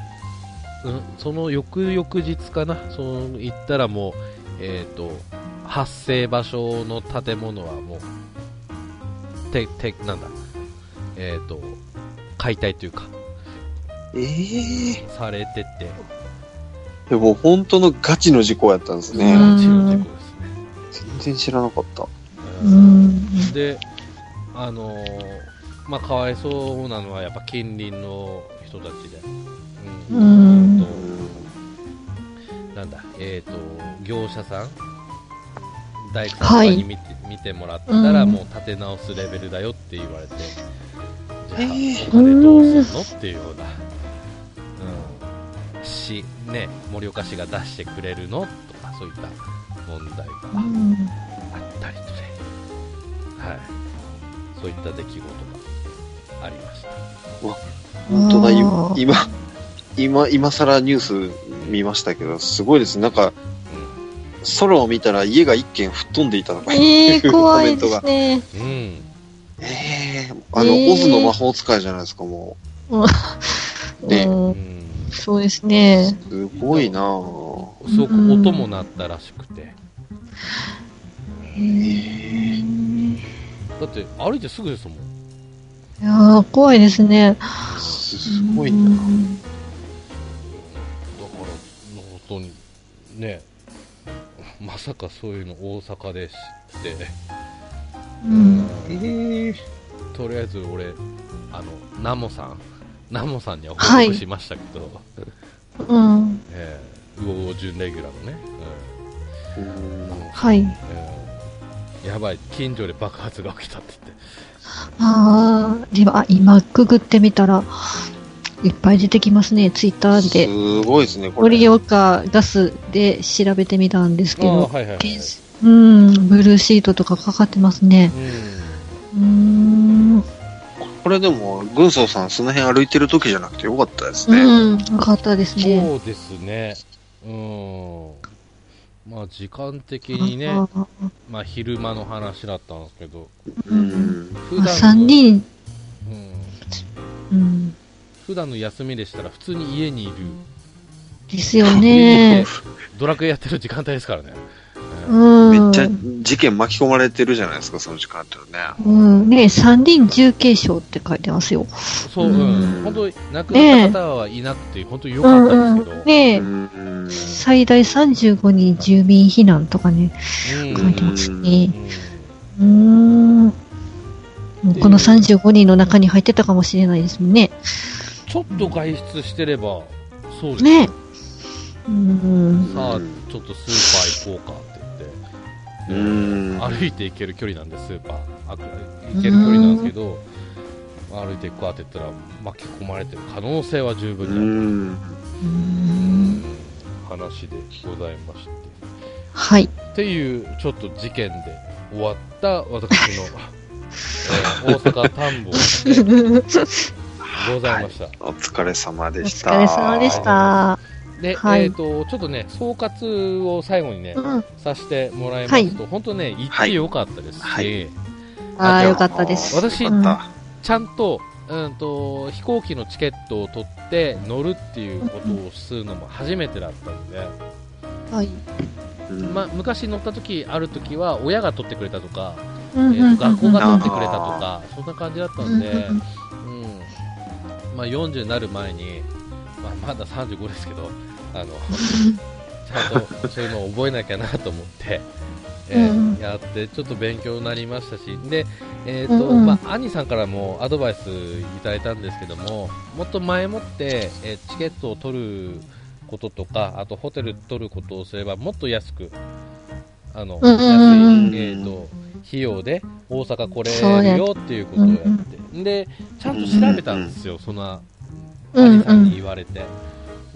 Speaker 1: うん、その翌々日かな、その行ったらもう、えっ、と、発生場所の建物はもう、て、て、なんだ、えっ、と、解体というか、
Speaker 3: ええ
Speaker 1: されてて、
Speaker 3: でも本当のガチの事故やったんです
Speaker 2: う
Speaker 3: ね。
Speaker 2: ん
Speaker 1: うちの事故ですね。
Speaker 3: 全然知らなかった。
Speaker 1: う
Speaker 2: うんん。
Speaker 1: で、あのーまあ、かわいそうなのはやっぱ近隣の人たちで、う
Speaker 2: うんん
Speaker 1: と
Speaker 3: うん
Speaker 1: なんだ、えー、と業者さん、大工さんとかに見て,、見てもらったら、
Speaker 2: うん
Speaker 1: もう立て直すレベルだよって言われて、
Speaker 3: え
Speaker 1: じゃ
Speaker 3: ー
Speaker 1: あ、お金どうすんのっていうような、うん、市、ね、盛岡市が出してくれるのとか、そういった問題が。
Speaker 2: うん
Speaker 1: あったりとね、はい、そういった出来事がありました。
Speaker 3: 本当だ、
Speaker 2: あ
Speaker 3: 今
Speaker 2: ー、
Speaker 3: 今、今今更ニュース見ましたけど、すごいです。なんか、空を見たら家が一軒吹っ飛んでいたとか。
Speaker 2: えー、怖い
Speaker 3: コメント
Speaker 2: で
Speaker 3: が
Speaker 2: すね。
Speaker 1: うん、
Speaker 3: ええあの、
Speaker 2: えー
Speaker 3: オズの魔法使いじゃないですか、もね
Speaker 2: う
Speaker 1: うんん、
Speaker 2: そうですね。
Speaker 3: う。すごいなぁ。
Speaker 1: すごく音も鳴ったらしくて、
Speaker 2: えーい
Speaker 1: だって歩いてすぐですもん。
Speaker 2: やー、怖いですね。
Speaker 3: すすごいな
Speaker 2: う
Speaker 3: ぁ。
Speaker 2: ん
Speaker 1: だから、本当にね、まさかそういうの大阪で知って、
Speaker 2: うん。
Speaker 1: うんとりあえず俺、あのナモさん、ナモさんには報告しましたけど、
Speaker 2: うん。
Speaker 1: えー、魚王準レギュラーのね、
Speaker 3: うん
Speaker 1: うん、
Speaker 2: はい。
Speaker 1: うんやばい、近所で爆発が起きたって言って、
Speaker 2: あーではあ、今、くぐってみたら、いっぱい出てきますね、ツイッターで。
Speaker 3: すごいですね、これ。
Speaker 2: 盛岡ガスで調べてみたんですけど、
Speaker 1: はいはい、はい
Speaker 2: ですうん、ブルーシートとかかかってますね。うーん、
Speaker 3: これでも、軍曹さん、その辺歩いてる時じゃなくてよかったですね。
Speaker 2: うん、よかったですね。
Speaker 1: そうですね、うん、まあ時間的にね、
Speaker 2: あー
Speaker 1: まあ昼間の話だったんですけど、
Speaker 3: うん。
Speaker 1: 普
Speaker 2: まあ、
Speaker 1: 段
Speaker 2: 3
Speaker 1: の、
Speaker 2: 人、
Speaker 1: うん、
Speaker 2: うん、
Speaker 1: 普段の休みでしたら、普通に家にいる、
Speaker 2: ですよね。
Speaker 1: ドラクエやってる時間帯ですからね、
Speaker 2: うん、
Speaker 3: めっちゃ事件巻き込まれてるじゃないですか、その時間ってね。
Speaker 2: うん、ね三人重軽傷って書いてますよ。
Speaker 1: そう、う
Speaker 2: うん
Speaker 1: ん、本当、亡くなった方はいなくて、本当に良かったんですけど、
Speaker 2: ねえ、
Speaker 3: うん。
Speaker 2: 最大35人住民避難とかね、
Speaker 1: うん
Speaker 2: 書いてます
Speaker 1: う
Speaker 2: ね。
Speaker 1: ん
Speaker 2: うーん。もうこの35人の中に入ってたかもしれないですもんね。
Speaker 1: ちょっと外出してれば、そうです
Speaker 2: ねえ。うーん。
Speaker 1: さあ、ちょっとスーパー行こうかって
Speaker 3: う
Speaker 1: 言って、
Speaker 3: ーん。
Speaker 1: 歩いて行ける距離なんで、スーパー、あ行ける距離なんですけど、歩いて行くわって言ったら、巻き込まれてる可能性は十
Speaker 3: う
Speaker 1: 分にある
Speaker 3: ーん。
Speaker 2: うーん
Speaker 1: 話でございまして。
Speaker 2: はい。
Speaker 1: っていう、ちょっと事件で終わった私 の、えー大阪探訪でございました。
Speaker 3: お疲れ様
Speaker 2: お
Speaker 3: でした。
Speaker 2: 疲れ様でした。
Speaker 1: で、
Speaker 2: はい
Speaker 1: えっ、と、ちょっとね、総括を最後にね、
Speaker 2: うん。
Speaker 1: させてもらいますと、本当ね、行ってよかったですし、
Speaker 3: はい
Speaker 2: ああ、よかったです。
Speaker 1: 私
Speaker 3: よかった
Speaker 1: ちゃんと、うんと、飛行機のチケットを取って乗るっていうことをするのも初めてだったんで、
Speaker 2: はい。
Speaker 3: うん
Speaker 1: まあ、昔乗った時、ある時は親が取ってくれたとか、
Speaker 2: うん
Speaker 1: えーと学校が取
Speaker 3: 撮
Speaker 1: ってくれたとか、そんな感じだったんで、
Speaker 2: うんうん
Speaker 1: うんまあ、40になる前に、まあ、まだ35ですけど あのちゃんとそういうのを覚えなきゃなと思って、えー
Speaker 2: うんうん
Speaker 1: やってちょっと勉強になりましたしで、えーと
Speaker 2: うんうん
Speaker 1: まあ、兄さんからもアドバイスいただいたんですけどももっと前もって、えーチケットを取ることとかあとホテル取ることをすればもっと安くあの、
Speaker 2: うんうんうん
Speaker 3: うん
Speaker 1: 安い、えー、と費用で大阪来
Speaker 2: そう
Speaker 1: れ
Speaker 2: や
Speaker 1: るよっていうことをやって、でちゃんと調べたんですよ、そんな
Speaker 2: うん
Speaker 1: 兄さ
Speaker 2: うん
Speaker 1: に
Speaker 2: ん。
Speaker 1: 言われて、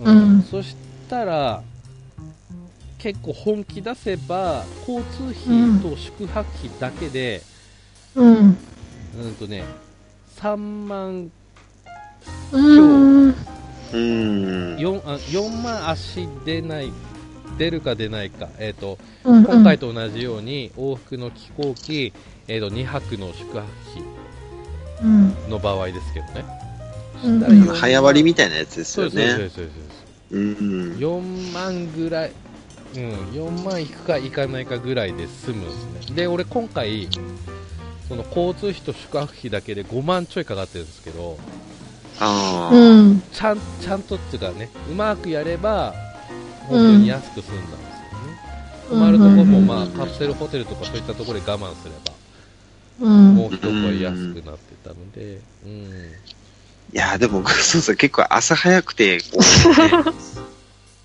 Speaker 2: うん
Speaker 1: そしたら結構本気出せば交通
Speaker 2: うん
Speaker 1: 費と宿泊費だけで、
Speaker 2: うん。
Speaker 1: うんとね、3万
Speaker 2: うん。
Speaker 3: うーん。
Speaker 1: 4, あ4万足出ない出るか出ないか、えーと
Speaker 2: うん。
Speaker 1: 今回と同じように往復の飛行機、えー、と2泊の宿泊費
Speaker 2: うん。
Speaker 1: の場合ですけどね。
Speaker 2: う
Speaker 1: し
Speaker 2: ん
Speaker 1: たら4万
Speaker 3: 早割りみたいなやつです
Speaker 1: そう
Speaker 3: よ
Speaker 1: ですそう
Speaker 3: ね。
Speaker 1: ですそうですそうです
Speaker 3: うん。
Speaker 1: 4万ぐらい、うん、4万いくかいかないかぐらいで済むんですね。で、俺今回、その交通費と宿泊費だけで5万ちょいかかってるんですけど、
Speaker 3: あ
Speaker 2: う
Speaker 3: あ。
Speaker 2: ん。
Speaker 1: ちゃん、ちゃんとっていうかね、うまくやれば、本当に安く済んだんですよね。泊まるとこも、まあ、カプセルホテルとかそういったところで我慢すれ
Speaker 2: う
Speaker 1: ば、も
Speaker 2: ん
Speaker 1: う。一声安くなってたので、うん。
Speaker 3: いや、でも、 そうそう、結構朝早くて、 こうね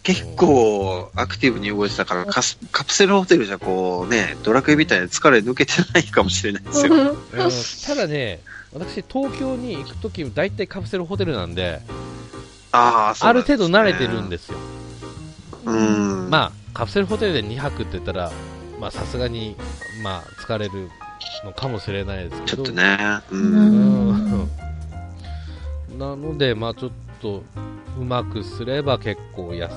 Speaker 3: 結構アクティブに動いてたから、カスカプセルホテルじゃこうね、ドラクエみたいに疲れ抜けてないかもしれないですよ。
Speaker 1: うんただね、私東京に行くとき、大体カプセルホテルなんで、
Speaker 3: ああ、そう
Speaker 1: ある程度慣れてるん
Speaker 3: で
Speaker 1: ですよ。
Speaker 3: すね。うん。あ、
Speaker 1: まあ、カプセルホテルで2泊って言ったら、まあ、さすがに、まあ、疲れるのかもしれないですけ
Speaker 3: ちょ
Speaker 1: ど。
Speaker 3: っとね。う。
Speaker 1: うんん。なので、まあ、ちょっと、うまくすれば結構安く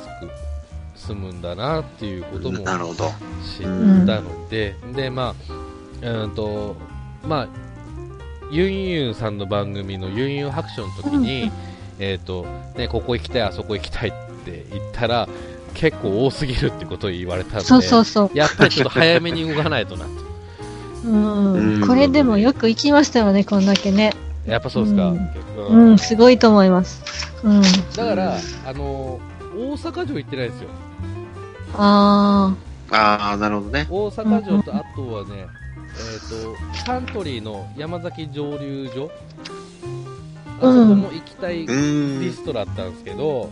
Speaker 1: 済むんだなっていうことも
Speaker 3: なるほど。
Speaker 1: 知ったので、で、まあ、うんと、まあ、ユンユンさんの番組のユンユン白書の時
Speaker 2: う
Speaker 1: に、えっ、と、ね、ここ行きたい、あそこ行きたいって言ったら、結構多すぎるってことを言われたんで、
Speaker 2: そうそうそう。
Speaker 1: やっぱりちょっと早めに動かないとな
Speaker 2: うん。これでもよく行きましたよね、こんだけね。
Speaker 1: と。やっぱそうですか。
Speaker 2: うん
Speaker 1: 結構
Speaker 2: うん、すごいと思います。うん。
Speaker 1: だから、あの、大阪城行ってないですよ。
Speaker 2: あ
Speaker 3: ああ、なるほどね。
Speaker 1: 大阪城と、あとはね、えっ、と、サントリーの山崎蒸留所あそこも行きたい
Speaker 3: うん。
Speaker 1: リストだったんですけど、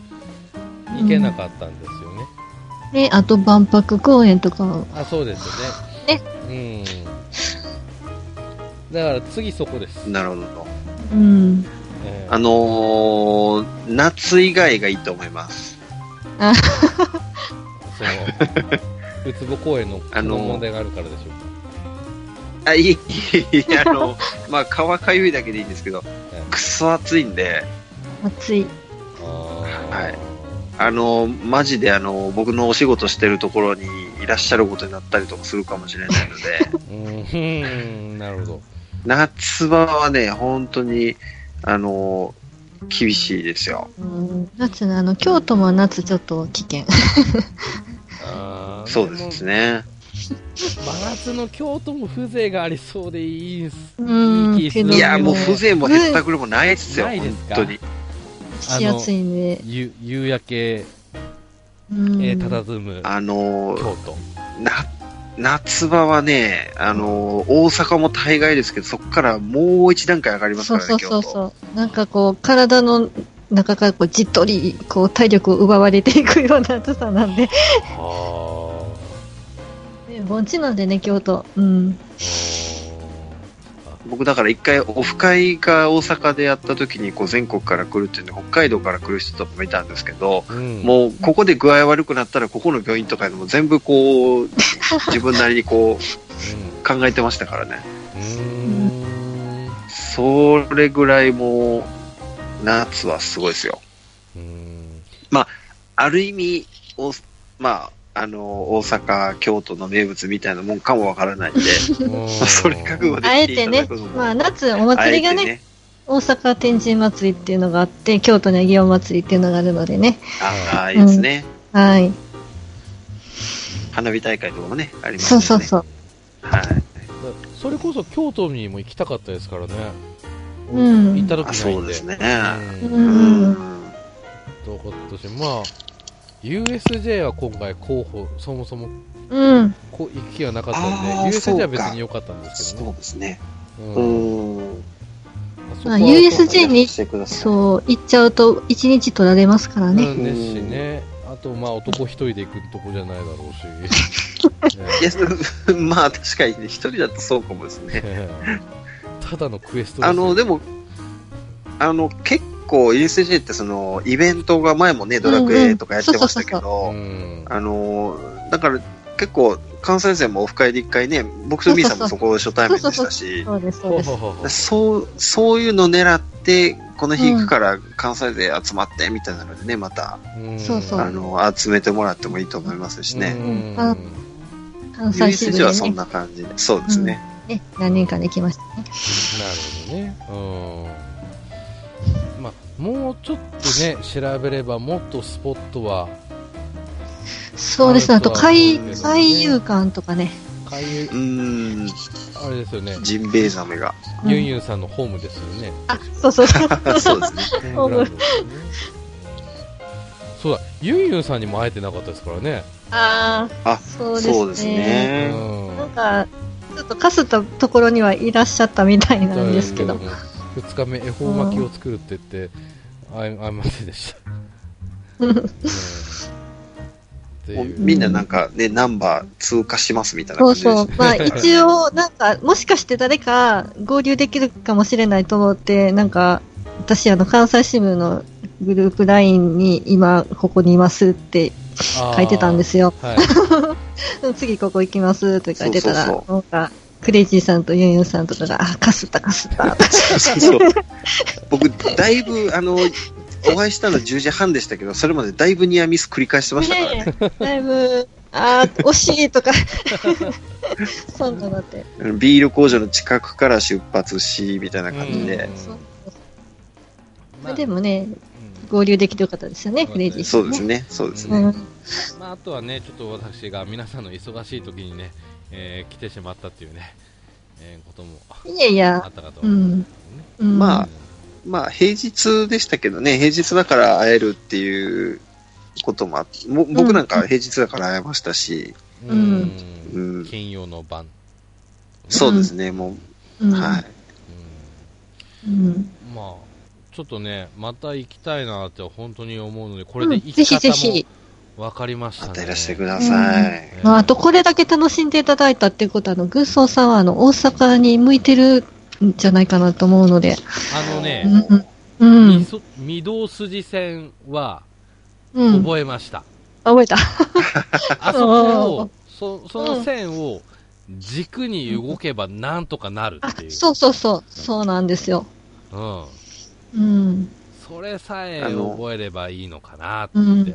Speaker 1: 行けなかったんですよね。
Speaker 2: あ。ね、あと万博公園とか、
Speaker 1: あ、そうですよね。うん。だから次そこです。
Speaker 3: なるほど。
Speaker 2: うん。
Speaker 1: えー
Speaker 3: あのー、夏以外がいいと思います。
Speaker 1: その、ウツボ公園の
Speaker 3: あの
Speaker 1: 問題があるからでしょう
Speaker 3: あ、いい、いいいいあ の、まあ、川かゆいだけでいいんですけど
Speaker 1: え、
Speaker 3: くそ暑いんで、
Speaker 2: 暑い。
Speaker 1: か。は
Speaker 3: はいあの、マジであの、僕のお仕事してるところにいらっしゃることになったりとかするかもしれないので、
Speaker 1: うん、なるほど。
Speaker 3: 夏場はね、本当に、あの、厳しいですよ。
Speaker 2: うん、夏ね、あの、京都も夏ちょっと危険。
Speaker 1: あー
Speaker 3: そうです。ね。
Speaker 1: でも真夏の京都も風情がありそうでいいんす。
Speaker 2: うん。
Speaker 1: いい気する
Speaker 3: いや、もう風情もへった
Speaker 2: く。
Speaker 3: くれもないですよ、
Speaker 1: ないで
Speaker 3: 本
Speaker 1: すか
Speaker 3: 当に。
Speaker 2: し暑いんで。
Speaker 1: ゆ夕焼け、え
Speaker 2: うん。
Speaker 1: ー、佇む
Speaker 3: あの、
Speaker 1: 京都。
Speaker 3: な夏場はね、あの、大阪も大概ですけど、そこからもう一段階上がります
Speaker 2: そ
Speaker 3: か
Speaker 2: う
Speaker 3: らね、
Speaker 2: そうそう
Speaker 3: 京
Speaker 2: そう。なんかこう、体の中からこうじっとり、こう、体力を奪われていくような暑さなんで。
Speaker 1: あ
Speaker 2: 盆地なんでね、京都。うん。
Speaker 3: 僕だから一回オフ会が大阪でやった時にこう全国から来るっていうんで北海道から来る人とかもいたんですけど、
Speaker 1: うん
Speaker 3: もうここで具合悪くなったらここの病院とかでも全部こう自分なりにこう考えてましたからね
Speaker 1: うん、う
Speaker 3: それぐらいもう夏はすごいですよ
Speaker 1: ーん、うん
Speaker 3: ある意味おまああの大阪京都の名物みたいなもんかもわからないんでまあ それ覚悟で
Speaker 2: あえ
Speaker 3: 来てい
Speaker 2: て
Speaker 3: ただ
Speaker 2: ね
Speaker 3: くの、も
Speaker 2: まあ夏、お
Speaker 3: あ
Speaker 2: 祭
Speaker 3: え
Speaker 2: りが
Speaker 3: て
Speaker 2: ね、大阪天神祭りっていうのがあって、京都には祇園祭りっていうのがあるのでね。
Speaker 3: ああいいですね、
Speaker 2: はい。
Speaker 3: 花火大会とかもねあります
Speaker 2: そ
Speaker 3: よ
Speaker 2: う
Speaker 3: ね
Speaker 2: そうそう。
Speaker 3: はい
Speaker 1: それこそ京都にも行きたかったですからね。
Speaker 2: うん
Speaker 1: 行った時
Speaker 3: あ
Speaker 1: ないんで。
Speaker 3: そうですね、
Speaker 1: うん
Speaker 2: う
Speaker 3: うんん、
Speaker 1: と今年、まあ、USJ は今回候補、そもそも
Speaker 2: うん。
Speaker 1: こう行きがなかったん
Speaker 3: あー
Speaker 1: で、USJ は
Speaker 3: そう
Speaker 1: 別
Speaker 3: か
Speaker 1: に良かったんですけど
Speaker 3: そう
Speaker 1: ね。
Speaker 3: ですね
Speaker 1: うん
Speaker 3: うん
Speaker 1: そこ
Speaker 2: ま
Speaker 1: は
Speaker 2: あ USJ に
Speaker 3: してください
Speaker 2: そう、行っちゃうと1日取られますからね。
Speaker 1: なんですしね。あと、まあ、男一人で行くとこじゃないだろうし。 ね
Speaker 3: いやそまあ確かにね一人だとそうかもですね
Speaker 1: ただのクエスト
Speaker 3: あので
Speaker 1: も、
Speaker 3: もあの結構 USJ ってそのイベントが前もねドラクエとかやってましたけ
Speaker 1: う
Speaker 3: ど
Speaker 1: ん、
Speaker 3: あのだから結構関西勢もオフ会で一回ね僕とミーさんもそこ初対面でしたし
Speaker 2: そうです、そう
Speaker 1: ほう
Speaker 2: で
Speaker 1: ほう
Speaker 2: す。
Speaker 1: ほうほう
Speaker 3: そうそういうの狙ってこの日行くから関西勢集まってみたいなのでねまた
Speaker 1: ん
Speaker 2: そうそう
Speaker 3: あの集めてもらってもいいと思いますしね、
Speaker 1: うん
Speaker 2: あ関西支
Speaker 3: USJ は
Speaker 2: 部
Speaker 3: そ
Speaker 2: で
Speaker 3: ん
Speaker 2: ね
Speaker 3: な感じで、そうですね、
Speaker 2: ね、何年かできましたね。
Speaker 1: なるほどね。うん。まあ、もうちょっとね、調べれば、もっとスポットは、
Speaker 2: そうですね。あと、海
Speaker 1: そうですね
Speaker 2: 海遊館とかね。
Speaker 1: 海遊
Speaker 3: う、ーん、
Speaker 1: あれですよね、
Speaker 3: ジンベエザメが、
Speaker 2: うん
Speaker 1: ユンユンさんのホームですよね。
Speaker 2: あ、そうそうそう。
Speaker 3: そうですね、
Speaker 2: ホ
Speaker 1: グラウン
Speaker 2: ーム
Speaker 1: ドですよねそうだ、ユンユンさんにも会えてなかったですからね。
Speaker 2: ああ、
Speaker 3: あ
Speaker 2: そうですね。
Speaker 3: そうですね、
Speaker 2: なん
Speaker 1: う
Speaker 2: か、ちょっとかすったところにはいらっしゃったみたいなんですけど。
Speaker 1: 2日目、恵方巻きを作るって言って、あいあいませんでした。うん
Speaker 3: も
Speaker 1: っ
Speaker 3: う
Speaker 1: ていう
Speaker 3: みんななんかね、ナンバー通過しますみたい
Speaker 2: そう
Speaker 3: な感じで
Speaker 2: そう。まあ一応、なんか、もしかして誰か合流できるかもしれないと思って、なんか、私、あの、関西支部のグループ LINE に今、ここにいますって書いてたんで。すよ。
Speaker 1: あーはい、
Speaker 2: 次ここ行きますって書いてたら、
Speaker 3: そうそう
Speaker 2: なんか、クレイジーさんとユンユンさんとかが、あ、かすったかすった。
Speaker 3: そうそうそう 僕、だいぶ、あの、お会いしたの10時半でしたけど、それまでだいぶニアミス繰り返してましたからね。
Speaker 2: ねえだいぶ、あー、惜しいとか、そんなのって。
Speaker 3: あのビール工場の近くから出発し、みたいな感じで。
Speaker 2: そうそう
Speaker 1: まあ
Speaker 2: でもね、合流できてよかったですよね、クレイジーさ
Speaker 3: そ
Speaker 2: ん
Speaker 3: うですね、そうですね。
Speaker 2: うん
Speaker 1: うんまあ、あとはね、ちょっと私が皆さんの忙しい時にね、えー来てしまったっていうね、えーことも
Speaker 2: いやい
Speaker 1: あ
Speaker 2: や、
Speaker 1: ったかと
Speaker 2: う
Speaker 1: 思うん
Speaker 2: ん。
Speaker 1: です
Speaker 2: うん
Speaker 3: まあまあ、平日でしたけどね、平日だから会えるっていうこともあって、も僕なんか平日だから会えましたし、
Speaker 1: けど
Speaker 2: う
Speaker 1: ね
Speaker 2: ん
Speaker 1: うん
Speaker 3: うん、
Speaker 1: 金曜の晩、
Speaker 3: そうですね、も
Speaker 2: う
Speaker 3: う、
Speaker 2: ん
Speaker 3: はい。
Speaker 2: うん
Speaker 1: うんまあ、ちょっとね、また行きたいなって本当に思うので、これで行
Speaker 2: ぜ
Speaker 1: き
Speaker 2: ひ
Speaker 1: 方
Speaker 2: ぜひ。
Speaker 1: も分かりました
Speaker 3: ま
Speaker 1: ね。
Speaker 3: たいらしてください。
Speaker 2: まあ、あと、これだけ楽しんでいただいたっていうことは、あの、軍曹さんは、あの、大阪に向いてるんじゃないかなと思うので。
Speaker 1: あのね、
Speaker 2: うんうん
Speaker 1: み。そ御堂筋線は
Speaker 2: うん。
Speaker 1: 覚えました。
Speaker 2: あ覚えた。
Speaker 1: あそこ
Speaker 2: う
Speaker 1: を
Speaker 2: ん、
Speaker 1: そその線を軸に動けばなんとかなる
Speaker 2: あ
Speaker 1: っていう。、
Speaker 2: そうそうそう。そうなんですよ。
Speaker 1: うん。
Speaker 2: うん。
Speaker 1: それさえ
Speaker 3: あの
Speaker 1: 覚えればいいのかなって
Speaker 2: う
Speaker 1: 思っ
Speaker 2: ん
Speaker 1: て。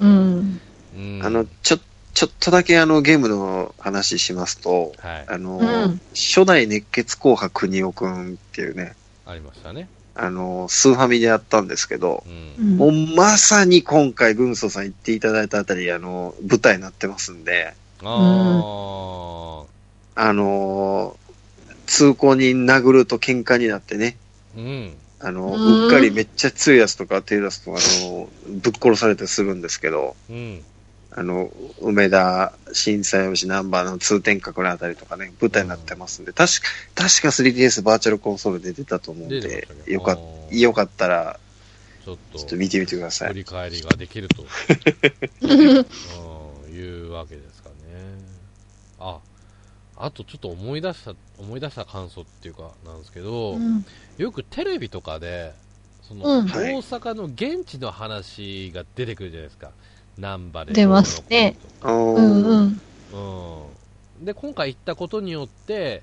Speaker 2: うん。
Speaker 1: うん
Speaker 3: あの、、ちょ、ちょっとだけあのゲームの話しますと、
Speaker 1: はい。
Speaker 3: あの、
Speaker 2: うん
Speaker 3: 初代熱血硬派国尾くんっていうね、
Speaker 1: ありましたね。
Speaker 3: あの、スーファミでやったんですけど、
Speaker 1: うん。
Speaker 2: うん
Speaker 3: もうまさに今回、軍曹さん行っていただいたあたり、あの、舞台になってますんで、
Speaker 1: あ
Speaker 3: あの、通行人殴ると喧嘩になってね、
Speaker 1: ー。うん。
Speaker 3: あの、
Speaker 2: うん
Speaker 3: うっかりめっちゃ強いやつとか手出すと、あの、ぶっ殺されたりするんですけど、
Speaker 1: うん。
Speaker 3: あの、梅田、震災吉ナンバーの通天閣のあたりとかね、舞台になってますんで、確か、確か 3DS バーチャルコンソールで出たと思うん
Speaker 1: 出て
Speaker 3: で
Speaker 1: ました、ね
Speaker 3: よか
Speaker 1: あ、ー
Speaker 3: よかったら、
Speaker 1: ちょっ
Speaker 3: ちょっ
Speaker 1: と
Speaker 3: と、見てみてくださ
Speaker 1: 振
Speaker 3: い。
Speaker 1: り返 りができると、うんいうわけですかね。ああとちょっと思い出した思い出した感想っていうかなんですけど、
Speaker 2: うん。
Speaker 1: よくテレビとかでその、
Speaker 2: うん
Speaker 3: はい
Speaker 1: 大阪の現地の話が出てくるじゃないですか難波で
Speaker 2: 出ますね
Speaker 3: お
Speaker 2: うんうん。
Speaker 1: うん、で今回行ったことによって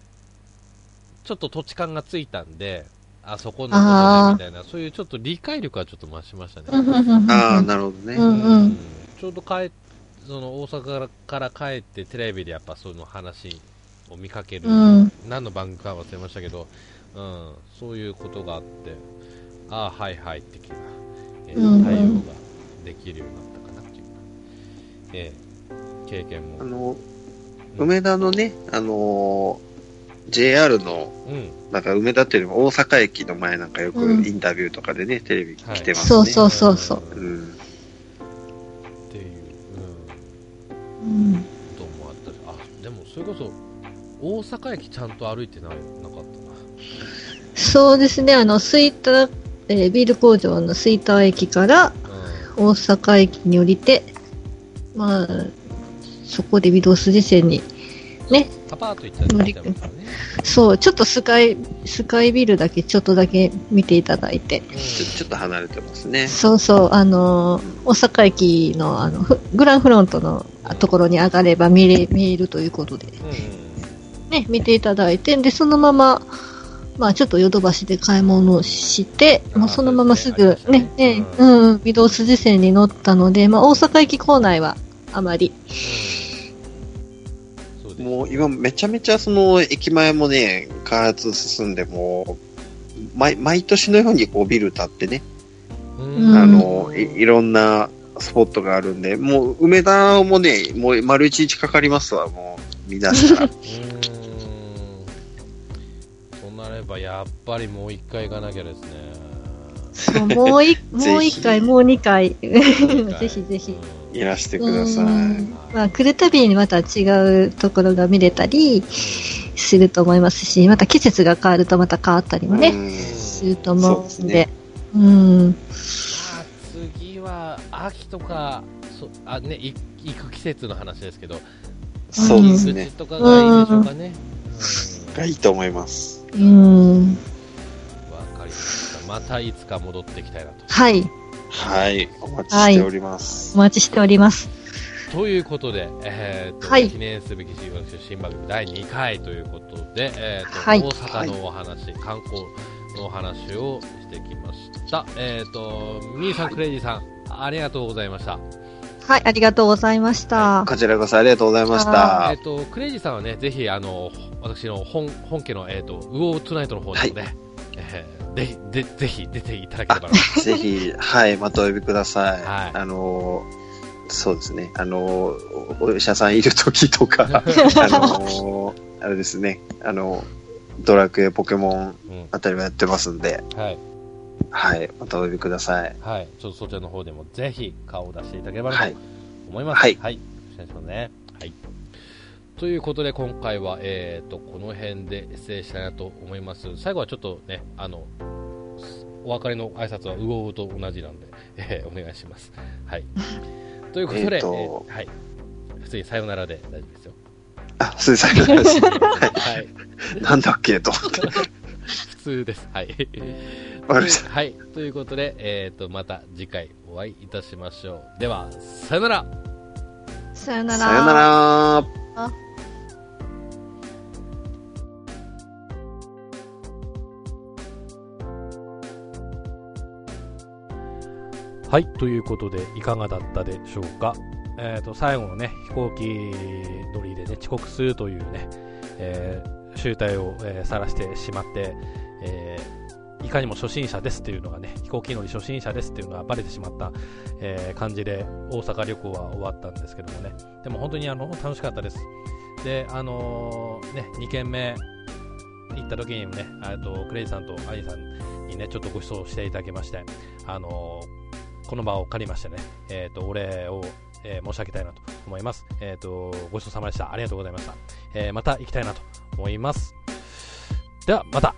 Speaker 1: ちょっと土地勘がついたんであそこのことねみたいなそういうちょっと理解力はちょっと増しましたね、
Speaker 2: うんうんうんうん
Speaker 3: ああ、なるほどね。
Speaker 2: うんうん
Speaker 1: ちょうど帰その大阪からから帰ってテレビでやっぱその話を見かける、
Speaker 2: うん
Speaker 1: 何の番組か忘れましたけど、うん、そういうことがあってああはいはい的な、えー
Speaker 2: うんうん
Speaker 1: 対応ができるようになったかなっていう、えー経験も
Speaker 3: あの、梅田のね、あのー JR の、
Speaker 1: うん
Speaker 3: なんか梅田っていうよりも大阪駅の前なんかよく
Speaker 2: うん
Speaker 3: インタビューとかでね、テレビ来てますね。
Speaker 2: そうそうそうそう。
Speaker 3: うん。
Speaker 1: っていう、
Speaker 2: うん
Speaker 1: うん、こともあったしあでもそれこそ大阪駅ちゃんと歩いてないなかったな
Speaker 2: そうですね、あの、スイタえービール工場のスイター駅から大阪駅に降りて、まあ、そこで御堂筋線に、ね、
Speaker 1: パパーと行ったりしてますからね、
Speaker 2: そう、ちょっとスカイ、スカイビルだけちょっとだけ見ていただいて、
Speaker 1: うん
Speaker 3: ちょちょっと離れてますね。
Speaker 2: そうそう、あのー大阪駅の、あの、フグランフロントのところに上がれば見れ、見えるということで、
Speaker 1: うん
Speaker 2: ね、見ていただいて、で、そのまま、まあちょっとヨドバシで買い物をして、
Speaker 1: あー
Speaker 2: もうそのまますぐ
Speaker 1: そうですね
Speaker 2: ね、
Speaker 1: あり
Speaker 2: ね
Speaker 1: まし、た
Speaker 2: う
Speaker 1: ね
Speaker 2: ん、うん御堂筋線に乗ったので、まあ大阪駅構内はあま り、
Speaker 1: そうです
Speaker 3: もう今めちゃめちゃその駅前もね、開発進んでもう、毎毎年のようにこうビル建ってね、
Speaker 1: うん
Speaker 2: うん
Speaker 3: あのい、いろんなスポットがあるんで、もう梅田もね、もう丸一日かかりますわ、もう、見出した
Speaker 1: う
Speaker 3: ら。
Speaker 1: ーんとなればやっぱりもう一回行かなきゃですね
Speaker 2: そうもうい
Speaker 3: ひ
Speaker 2: もう一回、もう二回、
Speaker 1: ぜ
Speaker 2: ぜひぜひ
Speaker 3: いらしてくださ い。
Speaker 2: うんまあ来るたびにまた違うところが見れたりすると思いますし、また季節が変わるとまた変わったりも
Speaker 3: う
Speaker 2: ね、
Speaker 3: ん
Speaker 2: すると思うん
Speaker 3: そうです
Speaker 2: で
Speaker 3: ね。
Speaker 2: うん、
Speaker 1: まあ次は秋とかそあ、ね、い行く季節の話ですけど、
Speaker 3: そうです
Speaker 1: 入り
Speaker 3: ね
Speaker 1: 口。とかがいいでしょうかね。
Speaker 3: がいいと思います。
Speaker 2: うん、
Speaker 1: うんわ、かりました。またいつか戻ってきたいなと。
Speaker 2: はい、
Speaker 3: はい。お待ちしております。
Speaker 2: お待ちしております。
Speaker 1: ということで、えーと
Speaker 2: はい
Speaker 1: 記念すべき新番組新番組第2回ということで、えーと
Speaker 2: はい
Speaker 1: 大阪のお話、観光のお話をしてきました。えっ、と、ミーさん、クレイジーさん、ありがとうございました。
Speaker 2: はい、ありがとうございました。
Speaker 3: こちらこそありがとうございました
Speaker 1: えっ。と、クレイジーさんはね、ぜひ、あの、私の本、本家の、えっ、と、ウオートゥナイトの方にもね、えーぜひ、でぜひ出ていただければな
Speaker 3: ぜひ、はい、またお呼びください。
Speaker 1: はい
Speaker 3: あのー、そうですね。あのー、お医者さんいる時とか、あのー、あれですね。あの、ドラクエ、ポケモン
Speaker 1: うん
Speaker 3: あたりもやってますんで、
Speaker 1: はい。
Speaker 3: はい、またお呼びください。
Speaker 1: はい。ちょっとそちらの方でもぜひ顔を出していただければな
Speaker 3: は
Speaker 1: と
Speaker 3: い。
Speaker 1: 思います。
Speaker 3: はい
Speaker 1: はい。よろしくお願いしますね。はい。ということで、今回は、えっ、と、この辺で失礼したいなと思います。最後はちょっとね、あの、お別れの挨拶はうおうと同じなんで、えーお願いします。はい。ということで、
Speaker 3: えーと
Speaker 1: えーはい。普通にさよならで大丈夫ですよ。
Speaker 3: あ、すいません。はい
Speaker 1: はい。
Speaker 3: なんだっけと思って。
Speaker 1: 普通です。はい。
Speaker 3: わかりました。
Speaker 1: はい。ということで、えっ、と、また次回お会いいたしましょう。では、さよなら
Speaker 2: さよなら。
Speaker 3: さよなら。
Speaker 1: はい、ということで、いかがだったでしょうか。えっ、と、最後のね、飛行機乗りでね、遅刻するというね、えー集体をさら、えー晒してしまって、えーいかにも初心者ですっていうのがね、飛行機乗り初心者ですっていうのがバレてしまった、えー感じで、大阪旅行は終わったんですけどもね、でも本当にあの、楽しかったです。で、あのーね、2軒目行った時にもね、えーとクレイジさんとアイさんにね、ちょっとご馳走していただきまして、あのーこの場を借りましてね、えー、とお礼を、えー申し上げたいなと思います、えーと。ごちそうさまでした。ありがとうございました。えーまた行きたいなと思います。では、また